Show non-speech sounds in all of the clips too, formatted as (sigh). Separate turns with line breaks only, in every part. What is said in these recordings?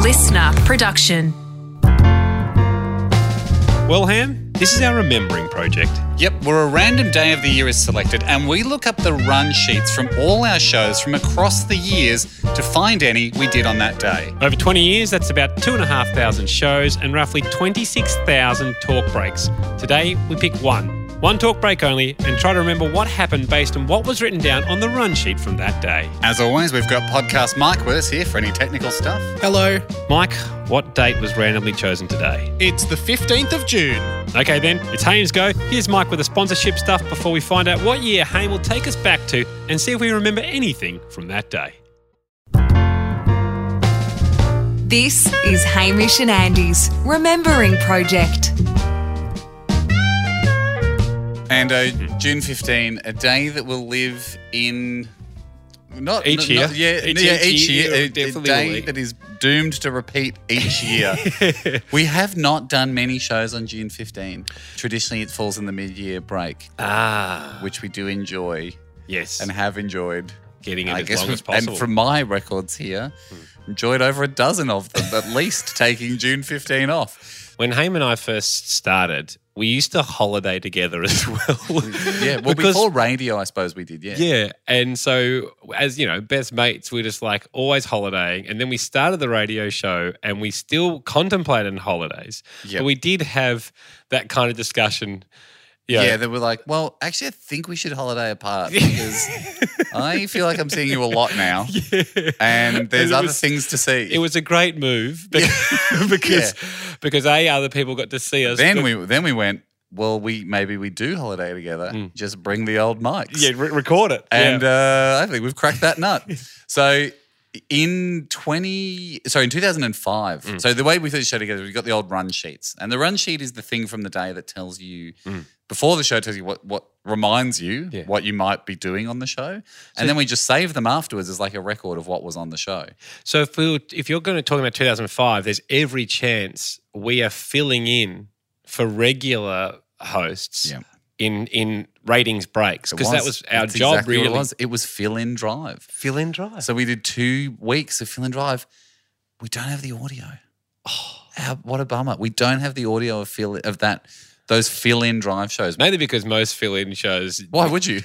listener production.
Well, Han, this is our remembering project.
Yep, where a random day of the year is selected and we look up the run sheets from all our shows from across the years to find any we did on that day.
Over 20 years, that's about 2,500 shows and roughly 26,000 talk breaks. Today, we pick one. One talk break only and try to remember what happened based on what was written down on the run sheet from that day.
As always, we've got podcast Mike with us here for any technical stuff.
Hello,
Mike, what date was randomly chosen today?
it's the 15th of June.
Okay, then, it's Haim's go. Here's Mike with the sponsorship stuff before we find out what year Haim will take us back to and see if we remember anything from that day.
This is Hamish and Andy's Remembering Project.
And uh, June 15, a day that will live in. Not
Each
not-
year.
not- yeah,
Each-
yeah,
each
each
year,
year. a- a
definitely will
day
be.
that is doomed to repeat
(laughs)
each year. we have not done many shows on June 15. Traditionally, it falls in the mid year break,
Ah,
which we do enjoy
yes.
and have enjoyed.
Getting it
I
as
guess
long
we've-
as possible. Hmm.
And from my records here, enjoyed over a dozen of them, at least taking June 15 off.
When Haim and I first started, we used to holiday together (laughs) as well.
Yeah, well,
Because-
before radio, I suppose we did, yeah.
Yeah. And so, as you know, best mates, we're just like always holidaying. And then we started the radio show and we still contemplated holidays.
Yep.
But we did have that kind of discussion.
Yeah.
Yeah.
they were like, well, actually, I think we should holiday
(laughs)
apart because I feel like I'm seeing you a lot now and there's
And it
other
was-
things to see.
It was a great move (laughs) bec- because, because A, other people got to see us.
then
but-
we then we went, well, we maybe we do holiday together.
Hmm.
Just bring the old mics.
yeah, re- record it.
And
yeah.
uh, I think we've cracked
(laughs)
that nut. so in 20, sorry, in 2005,
Mm.
so the way we put the show together, we got the old run sheets. And the run sheet is the thing from the day that tells you, before the show tells you what, what reminds you
Mm. Yeah.
what you might be doing on the show. and then we just save them afterwards as like a record of what was on the show.
so if, we were, if you're going to talk about 2005, there's every chance we are filling in for regular hosts
Yeah.
in, in ratings breaks
It
because that was our
that's
job
exactly what
really.
It was, It was fill in drive.
Fill in drive.
So we did two weeks of fill in drive. We don't have the audio. Oh, how, what a bummer! We don't have the audio of fill of that those fill in drive shows.
Mainly because most fill-in shows
Why
(laughs)
would you?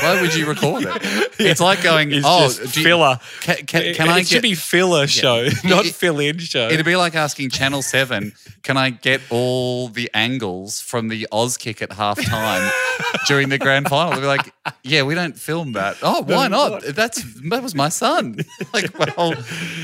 Why would you record it? It's like going,
It's
oh,
just
do you-
filler.
Ca- ca- Can, I
it
get?
should be filler show, (laughs) not fill-in show.
it'd be like asking Channel Seven, can I get all the angles from the Oz kick at
(laughs)
halftime during the grand final? They'd be like, yeah, we don't film that. Oh, why not? That's that was my son.
(laughs)
Like, well,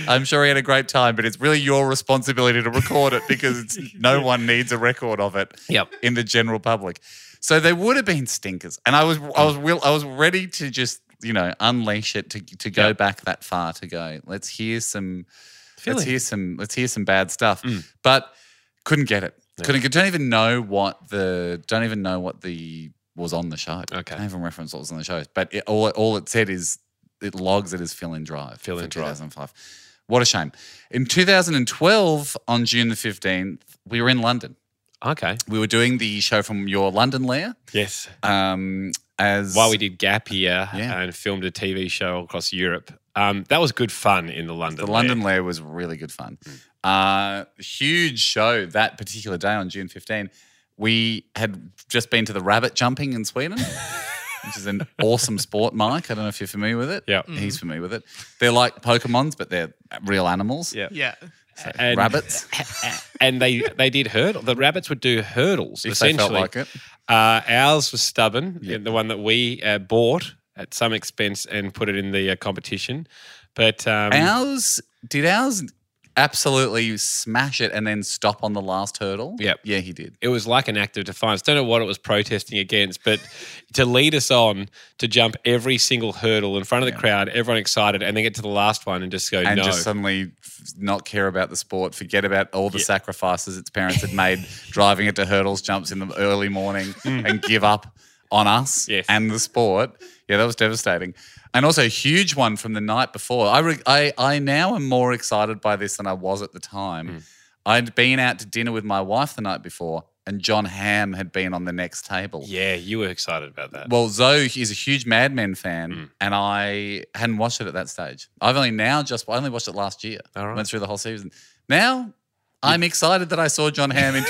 I'm sure he had a great time, but it's really your responsibility to record it because it's,
(laughs)
no one needs a record of it
Yep.
in the general public. So they would have been stinkers, and I was I was will I was ready to just you know unleash it to to go back that far to go. Let's hear some. Let's
Feeling. Mm.
hear some. Let's hear some bad stuff. But couldn't get it. Couldn't. Don't even know what the. Don't even know what the was on the show.
Okay.
Don't even reference what was on the show. But it, all all it said is it logs it as fill in drive.
Fill
for
in drive.
2005. What a shame. In 2012, on June the 15th, we were in London.
okay.
We were doing the show from your London lair.
Yes.
Um, as
While we did Gap Year
Yeah.
and filmed a TV show across Europe, um, that was good fun in the London.
The
lair.
London Lair was really good fun.
Hmm.
Uh, huge show that particular day on June 15. We had just been to the rabbit jumping
(laughs)
in Sweden, which is an awesome sport, Mike. I don't know if you're familiar with it.
Yeah.
He's familiar with it. They're like Pokemons, but they're real animals.
Yeah.
Yeah.
and,
Rabbits,
and they they did hurdle. The rabbits would do hurdles
if they
essentially.
felt like it.
Uh, ours was stubborn,
Yeah.
the one that we uh, bought at some expense and put it in the uh, competition. But um,
ours, did ours absolutely smash it and then stop on the last hurdle?
Yep.
Yeah, he did.
it was like an act of defiance. Don't know what it was protesting against, but to lead us on to jump every single hurdle in front of the crowd, everyone excited, and then get to the last one and just go
and
no.
just suddenly f- not care about the sport, forget about all the sacrifices its parents
(laughs)
had made driving it to hurdles jumps in the early morning and give up on us
Hmm. Yes.
and the sport. Yeah, that was devastating. And also a huge one from the night before. I, re- I, I now am more excited by this than I was at the time.
Hmm.
I'd been out to dinner with my wife the night before, and John Hamm had been on the next table.
yeah, you were excited about that.
Well, Zoe is a huge Mad Men fan,
Mm.
and I hadn't watched it at that stage. I've only now just I only watched it last year.
All right.
Went through the whole season. Now I'm excited that I saw John Hamm in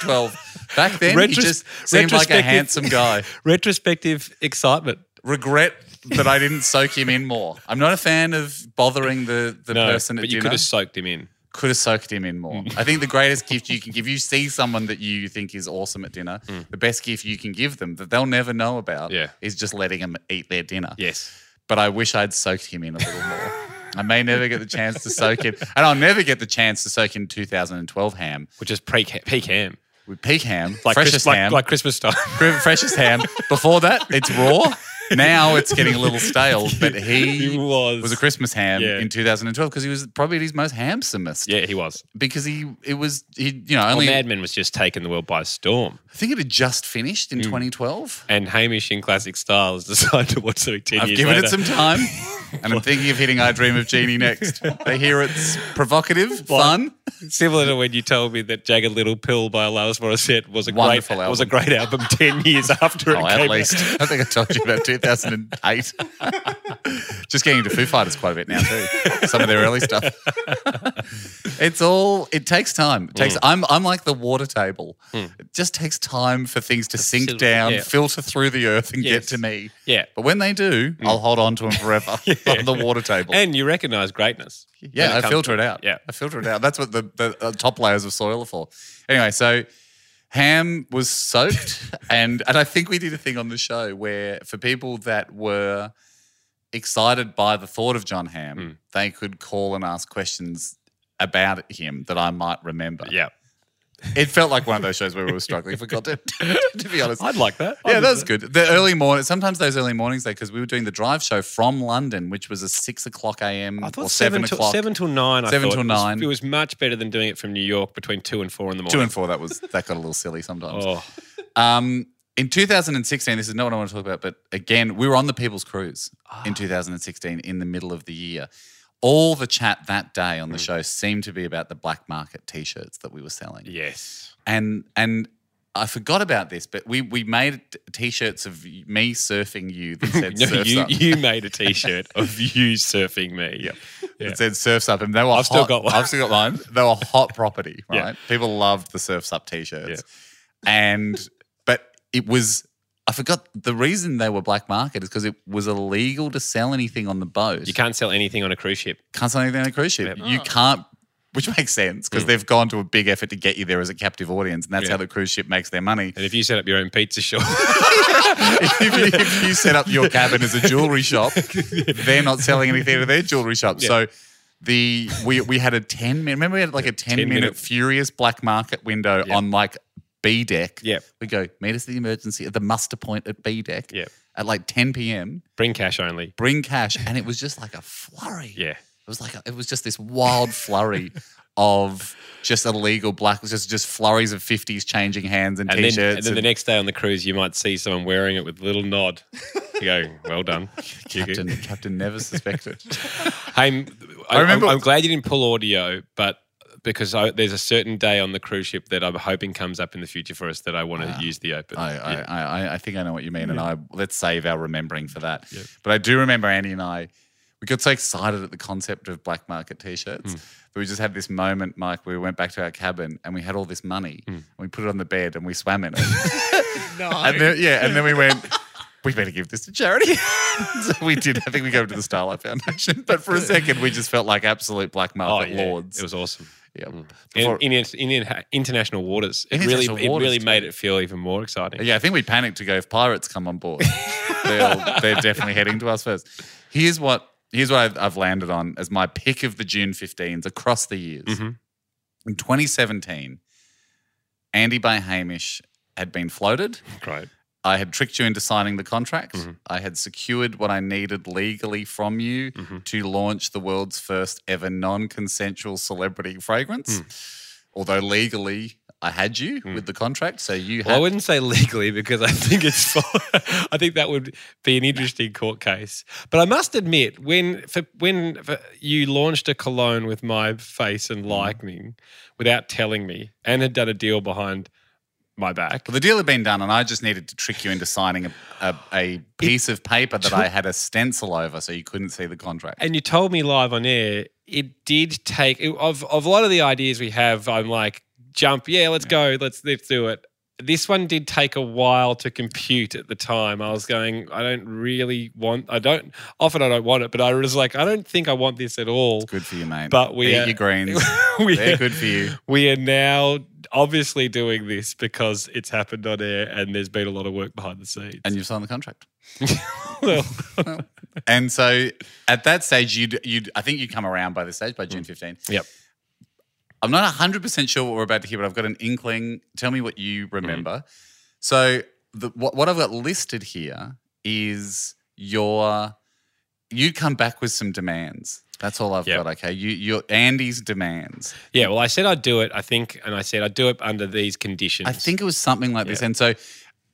2012. Back then, he
Retros-
just seemed like a
retrospective-
handsome guy.
Retrospective excitement.
Regret that I didn't soak him in more. I'm not a fan of bothering the, the
No,
person at
but you Mm.
dinner.
could have soaked him in.
could have soaked him in more. I think the greatest gift you can give, you see someone that you think is awesome at dinner, the best gift you can give them that they'll never know about
Mm. Yeah.
is just letting them eat their dinner.
Yes.
But I wish I'd soaked him in a little more. I may never get the chance to soak him, and I'll never get the chance to soak in 2012 ham
Which is pre peak ham.
with peak (laughs) ham,
Like
freshest
Chris, like-
ham,
Like, Christmas time. (laughs)
Fre- freshest ham. Before that, it's raw. Now it's getting a little stale, but (laughs) he,
He was.
a Christmas ham
Yeah.
in 2012 because he was probably at his most hamsomest
yeah, he was.
because he it was he you know
Well,
only
Mad Men was just taking the world by storm.
I think it had just finished in 2012.
And Hamish in classic style has (laughs) decided to watch something 10
I've
years
given
later.
it some time, (laughs) and I'm thinking of hitting "I Dream of Jeannie" next. They hear it's provocative, fun.
Similar to when you told me that Jagged Little Pill by Alanis Morissette was a
Wonderful
great was a
album.
great album (laughs) ten
(laughs)
years after it
Oh,
came
at
out.
least (laughs) I think I told you about 2008. (laughs) just getting into Foo Fighters quite a bit now too. Some of their early stuff. (laughs) it's all. It takes time. It takes. I'm. I'm like the water table. It just takes time for things Hmm. to sink
sil-
down,
yeah.
filter through the earth, and
Yes.
get to me.
Yeah.
But when they do, I'll hold on to them (laughs) forever on the water table.
And you recognise greatness. when
Yeah, I
comes-
filter it out.
Yeah.
I filter it out. That's what the, the uh, top layers of soil are for. Anyway, so ham was
(laughs)
soaked, and and I think we did a thing on the show where for people that were excited by the thought of John Ham,
Hmm.
they could call and ask questions about him that I might remember.
Yeah.
It felt like one of those shows where we were struggling for content, (laughs) to
(laughs)
be honest.
I'd like that.
Yeah,
I'd
that's
do
good. The early morning, sometimes those early mornings, because we were doing the drive show from London, which was a six o'clock a.m.
I thought
or
seven,
seven,
till,
o'clock.
seven till nine. I
Seven
thought.
till
It was-
nine.
It was, much better than doing it from New York between two and four in the morning.
Two and four, that was that got a little silly sometimes.
Oh,
Um, in 2016, this is not what I want to talk about, but again, we were on the People's Cruise
Ah.
in 2016 in the middle of the year. All the chat that day on the
Mm.
show seemed to be about the black market t-shirts that we were selling.
yes.
And and I forgot about this, but we we made t- t-shirts of me surfing you that
(laughs)
said
No,
surfs
you,
up.
you made a T-shirt of you surfing me.
Yep.
Yeah.
It said surfs up, and they were. I've
still got one.
I've still got mine. They were hot property,
(laughs) Yeah.
right? People loved the surfs up t-shirts, and but it was. I forgot the reason they were black market is because it was illegal to sell anything on the boat.
You can't sell anything on a cruise ship.
Can't sell anything on a cruise ship.
Yep.
You can't, which makes sense because they've gone to a big effort to get you there as a captive audience, and that's
Mm. Yeah.
how the cruise ship makes their money.
And if you set up your own pizza
(laughs)
shop,
if, you, if you set up your cabin as a
(laughs)
jewelry shop, they're not selling anything to their jewelry shop. So the we we had a ten minute. Remember we had like a ten,
10
minute,
minute.
furious black market window on like B deck.
Yep.
we go meet us at the emergency at the muster point at B deck.
Yep.
at like ten p.m.
bring cash only.
Bring cash, and it was just like a flurry.
Yeah.
It was like a, it was just this wild flurry of just illegal black, just just flurries of fifties changing hands and,
And
t-shirts.
then, and then the next day on the cruise, you might see someone wearing it with a little nod. You go, well done. You go-
(laughs) Captain, Captain
(laughs)
never suspected.
Hey, I,
I remember-
am glad you didn't pull audio, but because I, there's a certain day on the cruise ship that I'm hoping comes up in the future for us that I want to use the open.
Ah. I, I,
Yeah.
I, I- I think I know what you mean, and I let's save our remembering for that. But I do remember Andy and I, we got so excited at the concept of black market
Hmm.
t-shirts that we just had this moment, Mike, where we went back to our cabin and we had all this money
Hmm.
and we put it on the bed and we
(laughs)
swam in it.
No.
and then, yeah, and then we went. We better give this to charity. (laughs) so we did. I think we gave it to the Starlight Foundation. But for a second, we just felt like absolute black
Oh,
market
yeah.
lords.
It was Hmm. awesome.
yeah.
In,
Before-
in, in, in international waters, it
International
really
waters,
it really
too.
made it feel even more exciting.
Yeah, I think we panicked to go if pirates come on board. they're, they're definitely heading to us first. Here's what here's what I've, I've landed on as my pick of the June 15s across the years.
Mhm.
In 2017, Andy by Hamish had been floated.
Great.
I had tricked you into signing the contract.
Mm-hmm.
I had secured what I needed legally from you
Mm-hmm.
to launch the world's first ever non consensual celebrity fragrance.
Hmm.
Although legally, I had you with the contract. So you
Well, I
had
wouldn't say legally because I think it's. (laughs) I think that would be an interesting court case. But I must admit, when for, when for, you launched a cologne with my face and liking, without telling me, and had done a deal behind my back,
Well, the deal had been done, and I just needed to trick you into signing a, a, a piece of paper that I had a stencil over so you couldn't see the contract.
and you told me live on air it did take it- of of a lot of the ideas we have. I'm like, jump, yeah, let's go, let's let's do it. This one did take a while to compute at the time. I was going, I don't really want, I don't. Often I don't want it, but I was like, I don't think I want this at all. (laughs)
Good for you, mate.
But we uh,
eat
are- (laughs)
your greens.
we
They're
are-
good for you.
we are now obviously doing this because it's happened on air and there's been a lot of work behind the scenes. (laughs)
And you've signed the contract. (laughs)
well,
And so at that stage, you'd you'd I think you'd come around by this stage by
Mm.
June 15.
Yep.
I'm not 100 percent sure what we're about to hear, but I've got an inkling. Tell me what you remember. So the, what what I've got listed here is your you come back with some demands. That's all I've
Yep.
got. Okay, you your Andy's demands.
yeah, well, I said I'd do it, I think, and I said I'd do it under these conditions.
I think it was something like this.
Yeah.
And so,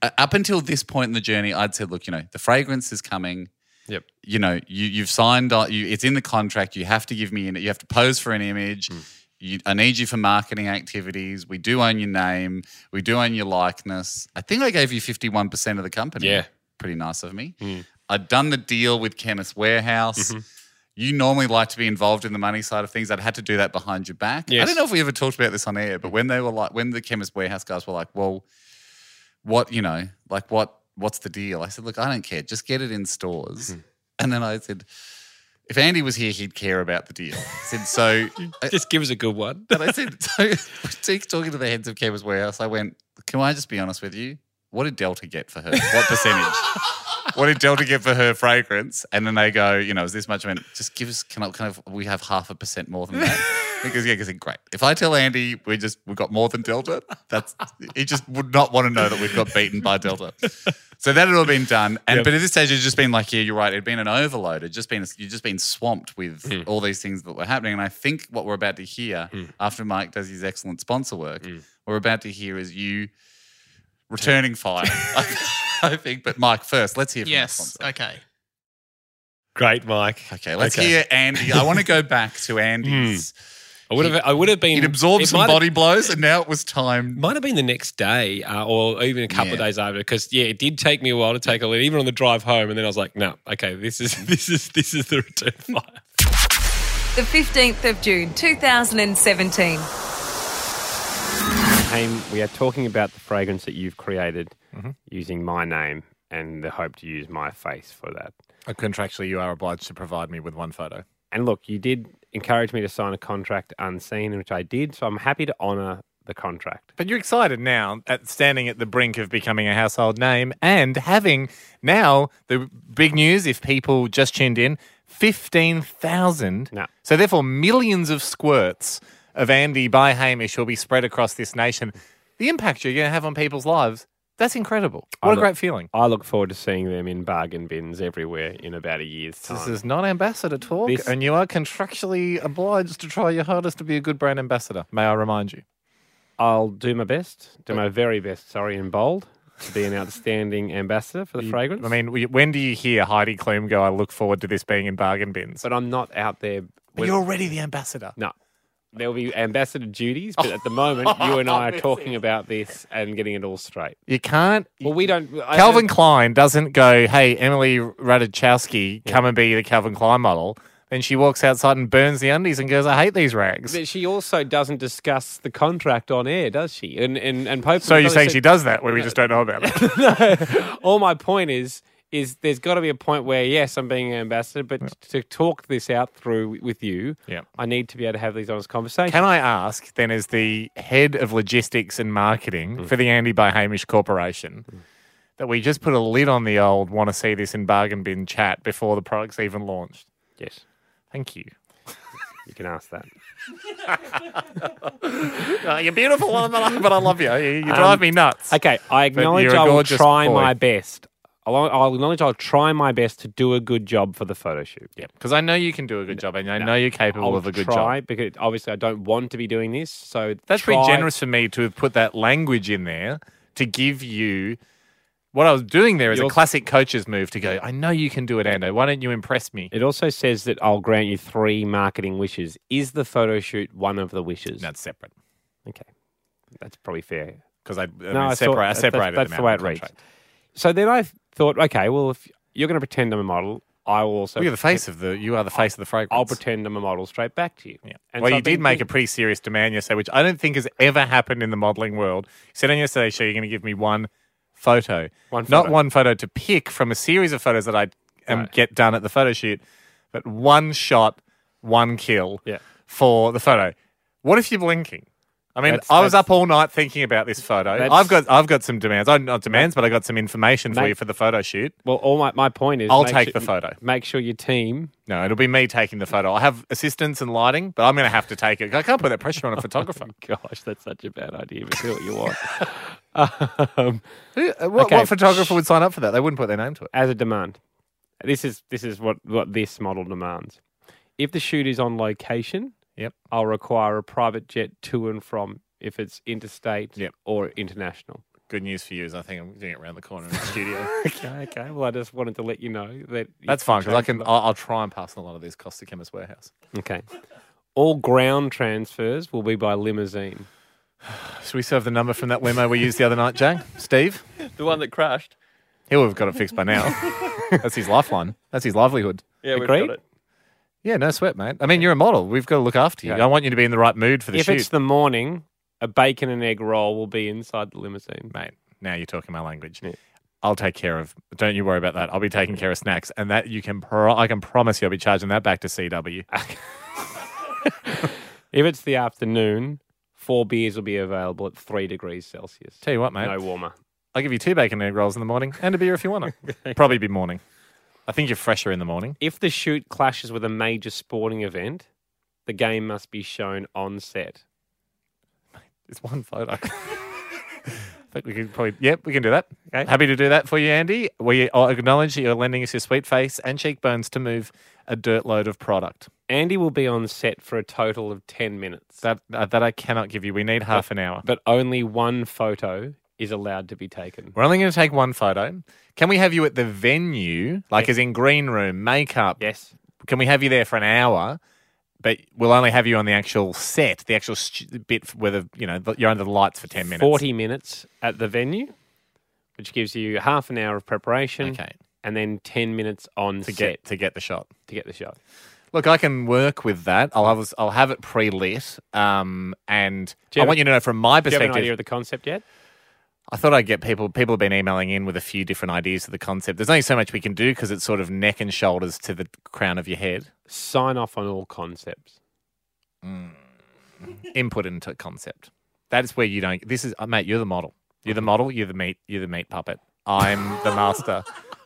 uh, up until this point in the journey, I'd said, look, you know, the fragrance is coming.
Yep.
You know, you you've signed on. You, it's in the contract. You have to give me an. You have to pose for an image.
Hmm.
You, I need you for marketing activities. We do own your name. We do own your likeness. I think I gave you fifty one percent of the company.
Yeah.
Pretty nice of me.
Mm.
I'd done the deal with Chemist Warehouse.
Mm-hmm.
You normally like to be involved in the money side of things. I'd had to do that behind your back. I
Yes.
don't know if we ever talked about this on air, but when they were like, when the Chemist Warehouse guys were like, well, what, you know, like what, what's the deal? I said, look, I don't care. Just get it in stores. And then I said, if Andy was here, he'd care about the deal. I said, so, uh, I-
Just give us a good one.
and I said, (laughs) so, talking to the heads of Chemist Warehouse, I went, can I just be honest with you? What did Delta get for her? What percentage? what did Delta get for her fragrance? And then they go, you know, is this much? I went, just give us, can I, can I, we have half a percent more than that. Because yeah, because great. If I tell Andy we just we got more than Delta, that's he just would not want to know that we've got beaten by Delta. So that had all been done, and
Yep.
but at this stage it's just been like, yeah, you're right. It'd been an overload. It'd just been you'd just been swamped with
Hmm.
all these things that were happening. And I think what we're about to hear after Mike does his excellent sponsor work,
Hmm.
what we're about to hear is you returning fire. (laughs) I think, but Mike first. Let's hear from the
Yes.
sponsor.
Okay.
(laughs) Great, Mike.
Okay, let's
Okay. Hmm.
hear Andy. I want to go back to Andy's.
I would have. I would have been.
He'd absorbed
it
some
might have-
body blows, and now it was time. (laughs)
Might have been the next day, uh, or even a couple of
Yeah.
days after, because yeah, it did take me a while to take a lead, even on the drive home. And then I was like, no, okay, this is (laughs) this is this is the return fire.
The 15th of June 2017.
Haim, we are talking about the fragrance that you've created
Mm-hmm.
using my name and the hope to use my face for that.
Uh, Contractually, you are obliged to provide me with one photo.
And look, you did encourage me to sign a contract unseen, which I did, so I'm happy to honour the contract.
But you're excited now at standing at the brink of becoming a household name and having now the big news if people just tuned in 15,000.
No.
So, therefore, millions of squirts of Andy by Hamish will be spread across this nation. The impact you're going to have on people's lives, that's incredible. What a
look-
great feeling.
I look forward to seeing them in bargain bins everywhere in about a year's time.
This is not ambassador talk,
This-
and you are contractually obliged to try your hardest to be a good brand ambassador, may I remind you.
I'll do my best, do my very best, sorry, in bold, to
(laughs)
be an outstanding ambassador for the fragrance.
I mean, w- when do you hear Heidi Klum go, I look forward to this being in bargain bins?
but I'm not out there.
But you're already the ambassador.
No. There will be ambassador duties, but
(laughs)
at the moment, you and I are talking about this and getting it all straight.
You can't.
Well, we don't. I
Calvin
don't-
Klein doesn't go, hey, Emily Ratajkowski, come and be the Calvin Klein model. Then she walks outside and burns the undies and goes, I hate these rags.
But she also doesn't discuss the contract on air, does she? And and and Pope.
So you're saying she does that, where we just don't know about
(laughs)
it?
All my point is is there's got to be a point where yes, I'm being an ambassador, but to talk this out through with you,
Yeah.
I need to be able to have these honest conversations.
Can I ask, then, as the head of logistics and marketing
Mm.
for the Andy by Hamish Corporation, that we just put a lid on the old want to see this in bargain bin chat before the product's even launched?
yes,
Thank you.
you can ask that.
Uh, you're beautiful, but I but I love you. You,
(laughs)
you drive me nuts.
Um, Okay, I
But
acknowledge
you're a
I will
gorgeous
try
boy.
my best. I'll, I'll acknowledge I'll try my best to do a good job for the photo shoot. Yep.
Because I know you can do a good job, and I know you're capable
I'll
of a good
try
job.
because obviously I don't want to be doing this. So
That's
try.
pretty generous for me to have put that language in there to give you. What I was doing there is
You're-
a classic coach's move to go. I know you can do it, Ando. Why don't you impress me?
It also says that I'll grant you three marketing wishes. Is the photo shoot one of the wishes?
That's separate
Okay. That's probably fair.
because I, I, mean,
I
separa-
thought-
I
that's-
separated.
That's,
them
the
out
way
in
it
the
reads.
contract.
So then I thought, okay, well, if you're going to pretend I'm a model, I will also.
Well, you're the face of the. You are the face of the fragrance.
I'll pretend I'm a model straight back to you.
Yeah.
And
well,
so
you
I've been
did make a
thinking-
pretty serious demand yesterday, which I don't think has ever happened in the modelling world. You said on yesterday's show you're going to give me one photo,
One
not
photo.
one photo to pick from a series of photos that I um,
Right.
get done at the photo shoot, but one shot, one kill
Yeah.
for the photo. What if you're blinking? I mean,
That's-
I was
that's-
up all night thinking about this photo.
That's-
I've got, I've got some demands. I, not demands, but I got some information for
Mate.
you for the photo shoot.
Well, all my, my point is
I'll
make
take
su-
the photo.
Make sure your team. (laughs)
No, it'll be me taking the photo. I have assistants and lighting, but I'm going to have to take it. I can't put that pressure on a photographer.
(laughs) Gosh, that's such a bad idea. But do what you
(laughs)
want. um,
Who, uh, what,
Okay.
what photographer would sign up for that? They wouldn't put their name to it.
as a demand. This is this is what, what this model demands. If the shoot is on location,
Yep.
I'll require a private jet to and from if it's interstate
Yep.
or
(laughs)
international.
Good news for you is I think I'm doing it around the corner (laughs) in the studio.
okay, okay. Well, I just wanted to let you know that
That's fine because I can. I'll, I'll try and pass on a lot of these costs to Chemist Warehouse.
Okay. All ground transfers will be by limousine.
Should we serve the number from that limo we used the other night, Jay? Steve,
The one that crashed.
he'll have got it fixed by (laughs) now. That's his lifeline. That's his livelihood.
Yeah, we've
Agreed?
got it.
Yeah, no sweat, mate. I mean, you're a model. We've got to look after you. I want you to be in the right mood for the
if
shoot,
it's the morning, a bacon and egg roll will be inside the limousine.
mate. Now you're talking my language. I'll take care of. Don't you worry about that. I'll be taking care of snacks, and that you can. Pro- I can promise you, I'll be charging that back to CW.
If it's the afternoon, four beers will be available at three degrees Celsius.
Tell you what, mate.
No warmer.
I'll give you two bacon egg rolls in the morning and a beer if you want it. Probably be morning. I think you're fresher in the morning.
If the shoot clashes with a major sporting event, the game must be shown on set.
It's one photo. I think we could probably, yep, we can do that. Okay. Happy to do that for you, Andy. We uh, acknowledge that you're lending us your sweet face and cheekbones to move a dirt load of product.
Andy will be on set for a total of 10 minutes,
That uh, that I cannot give you. We need half an hour.
but only one photo is allowed to be taken.
We're only going to take one photo. Can we have you at the venue, like as in green room, makeup,
Yes.
can we have you there for an hour? But we'll only have you on the actual set, the actual st- bit where the you know the, you're under the lights for ten minutes.
40 minutes at the venue, which gives you half an hour of preparation
Okay.
and then 10 minutes on
to
set
get to get the shot.
to get the shot.
Look, I can work with that. I'll have I'll have it pre lit. Um, and
Do you
I
have
want
a-
you to know from my
Do you have
perspective.
an idea of the concept yet?
I thought I'd get people. People have been emailing in with a few different ideas of the concept. There's only so much we can do because it's sort of neck and shoulders to the crown of your head.
Sign off on all concepts.
input into concept. That's where you don't. This is, uh, mate. You're the model. You're the model. You're the meat. You're the meat puppet. I'm the
(laughs)
master.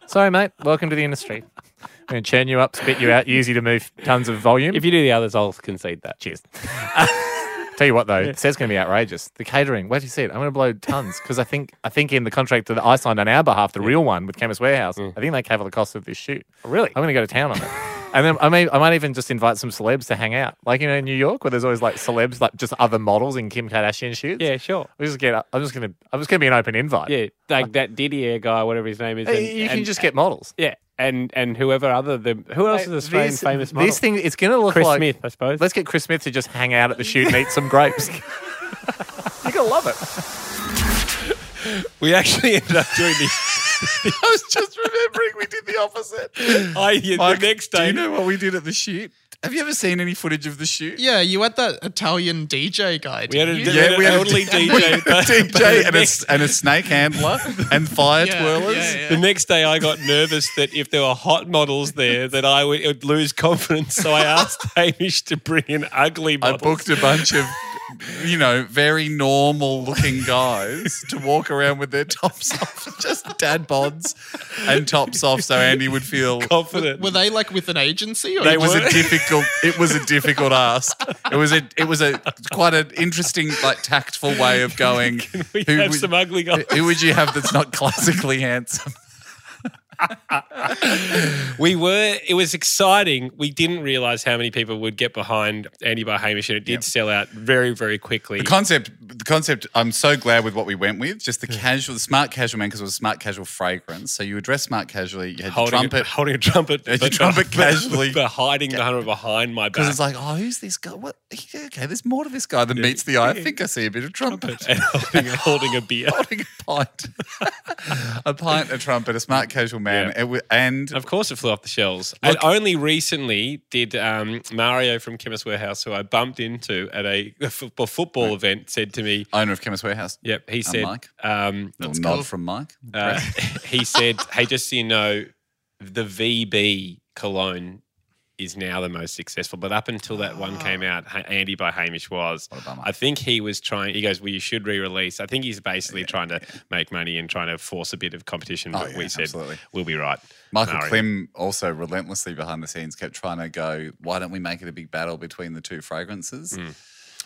Sorry, mate. Welcome to the industry. I'm going to churn you up, spit you out, use you to move tons of volume.
If you do the others, I'll concede that.
Cheers. Tell you what though, set's going to be outrageous. The catering. Where do you see it? I'm going to blow tons because I think I think in the contract that I signed on our behalf, the real one with Chemist Warehouse, I think they cover the cost of this shoot.
Mm. Oh, Really?
I'm going to go to town on it. And then I may, I might even just invite some celebs to hang out, like you know in New York, where there's always like celebs, like just other models in Kim Kardashian shoots.
Yeah, sure.
we just get. I'm just gonna. I'm just gonna be an open invite.
Yeah, like that Didier guy, whatever his name is.
Uh,
and-
you can
and-
just get models.
yeah, and and whoever other the who else is Australian
This-
famous model?
This thing, it's going to look
Chris
like
Smith, I suppose.
Let's get Chris Smith to just hang out at the shoot and eat some
(laughs)
grapes. You're gonna love it.
We actually ended up doing the.
I was just remembering we did the opposite.
I, the
Mike,
next
do
day.
you know what we did at the shoot? Have you ever seen any footage of the shoot?
Yeah, you had that Italian DJ guy.
we had
didn't
an,
you?
Yeah, we had a- (laughs)
elderly (laughs) DJ. but- but
DJ
the
and a,
next-
s- and a snake handler and fire
Yeah,
twirlers.
yeah, yeah.
The next day, I got nervous that if there were hot models there, that I would, would lose confidence. So I
(laughs)
asked Hamish to bring in ugly
I
models.
booked a bunch of, you know, very normal looking guys to walk around with their tops off, (laughs) just dad bods and tops off, so Andy would feel
confident.
Were they like with an agency? Or
it was a difficult. It was a difficult ask. It was a. It was a quite an interesting, like tactful way of going.
we
who
have
would-
some
(laughs)
ugly guys.
Who would you have that's not classically handsome?
We were. It was exciting. We didn't realize how many people would get behind Andy by Hamish, and it did sell out very, very quickly.
The concept, the concept. I'm so glad with what we went with. Just the casual, the smart casual man, because it was a smart casual fragrance. So you would dress smart casually. You had your
holding
trumpet.
A, holding a trumpet,
Yeah,
(laughs)
your trumpet casually.
but hiding behind behind
(laughs)
my back.
Because it's like, oh, who's this guy? What? he- Okay, there's more to this guy than meets the eye. I think I see a bit of trumpet.
and (laughs) holding, holding a beer.
(laughs) Holding a pint, a pint of Trumpet, a smart casual man, It wa- and
Of course, it flew off the shelves. and only recently did um, Mario from Chemist Warehouse, who I bumped into at a football, football event, said to me,
owner of Chemist Warehouse.
"Yep," he said.
Mike.
Um,
Little nod from Mike.
uh, (laughs) he said, "Hey, just so you know, the VB cologne." Is now the most successful, but up until that one came out, Ha- Andy by Hamish was.
Ah. What a bummer.
I think he was trying. He goes, "Well, you should re-release." I think he's basically trying to make money and trying to force a bit of competition.
Oh,
but we
yeah,
said
absolutely.
we'll be right.
Michael
Mario.
Klim also relentlessly behind the scenes kept trying to go, why don't we make it a big battle between the two fragrances?
Mm.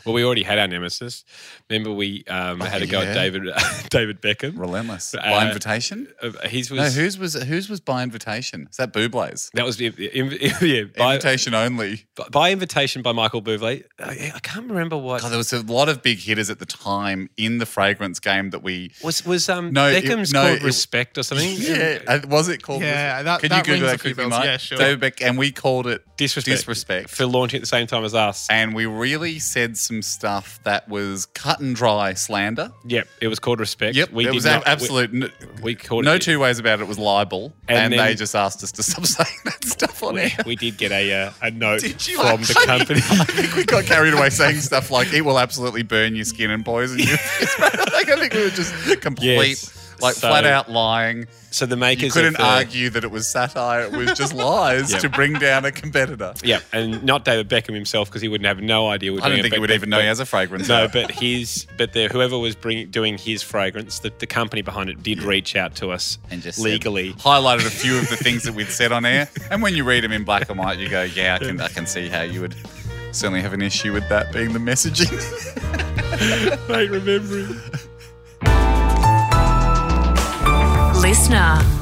Well, we already had our nemesis. Remember, we um, had a go
Oh, yeah.
at David (laughs) David Beckham.
Relentless.
Uh,
by invitation?
Uh, His
No,
was
whose was whose was by invitation? Is that Bublé's?
that was in- (laughs) yeah by,
invitation only.
by invitation by Michael Bublé. Oh, I, I can't remember what
God, Oh, there was a lot of big hitters at the time in the fragrance game that we.
was was um
No, it-
Beckham's
no,
called
it-
Respect or something.
Yeah, uh, was it called?
Yeah, that-
Can
that
you Google that
rings a few
quickly,
bells.
Mike?
Yeah, sure.
David Beck, and we called it
Disrespect.
Disrespect.
for launching at the same time as us.
and we really said some stuff that was cut and dry slander.
Yep, it was called Respect.
Yep,
we
it
did
was
not-
a- absolute. n-
We, we called
no
it,
two ways about it. It was libel,
And
and,
then-
they just asked us to stop (laughs) saying that stuff on
We,
air.
we did get a uh, a note
(laughs) Did you
from the
actually?
company.
I think (laughs) we got carried away saying stuff like "it will absolutely burn your skin and poison you." (laughs) like I think we were just complete,
Yes.
like
So-
flat out lying.
So the
You
makers of
couldn't
the-
argue that it was satire; it was just lies
Yeah.
to bring down a competitor.
Yeah, and not David Beckham himself because he wouldn't have no idea. We're
I
doing
don't
it,
think
but-
he would
but-
even know
but-
he has a fragrance.
No,
out.
but his, but the whoever was bring, doing his fragrance, the, the company behind it did reach out to us
And just said-
legally.
highlighted a few of the things that we'd said
(laughs)
on air, and when you read them in black and white, you go, "Yeah, I can, I can see how you would." Certainly have an issue with that being the messaging.
Listener.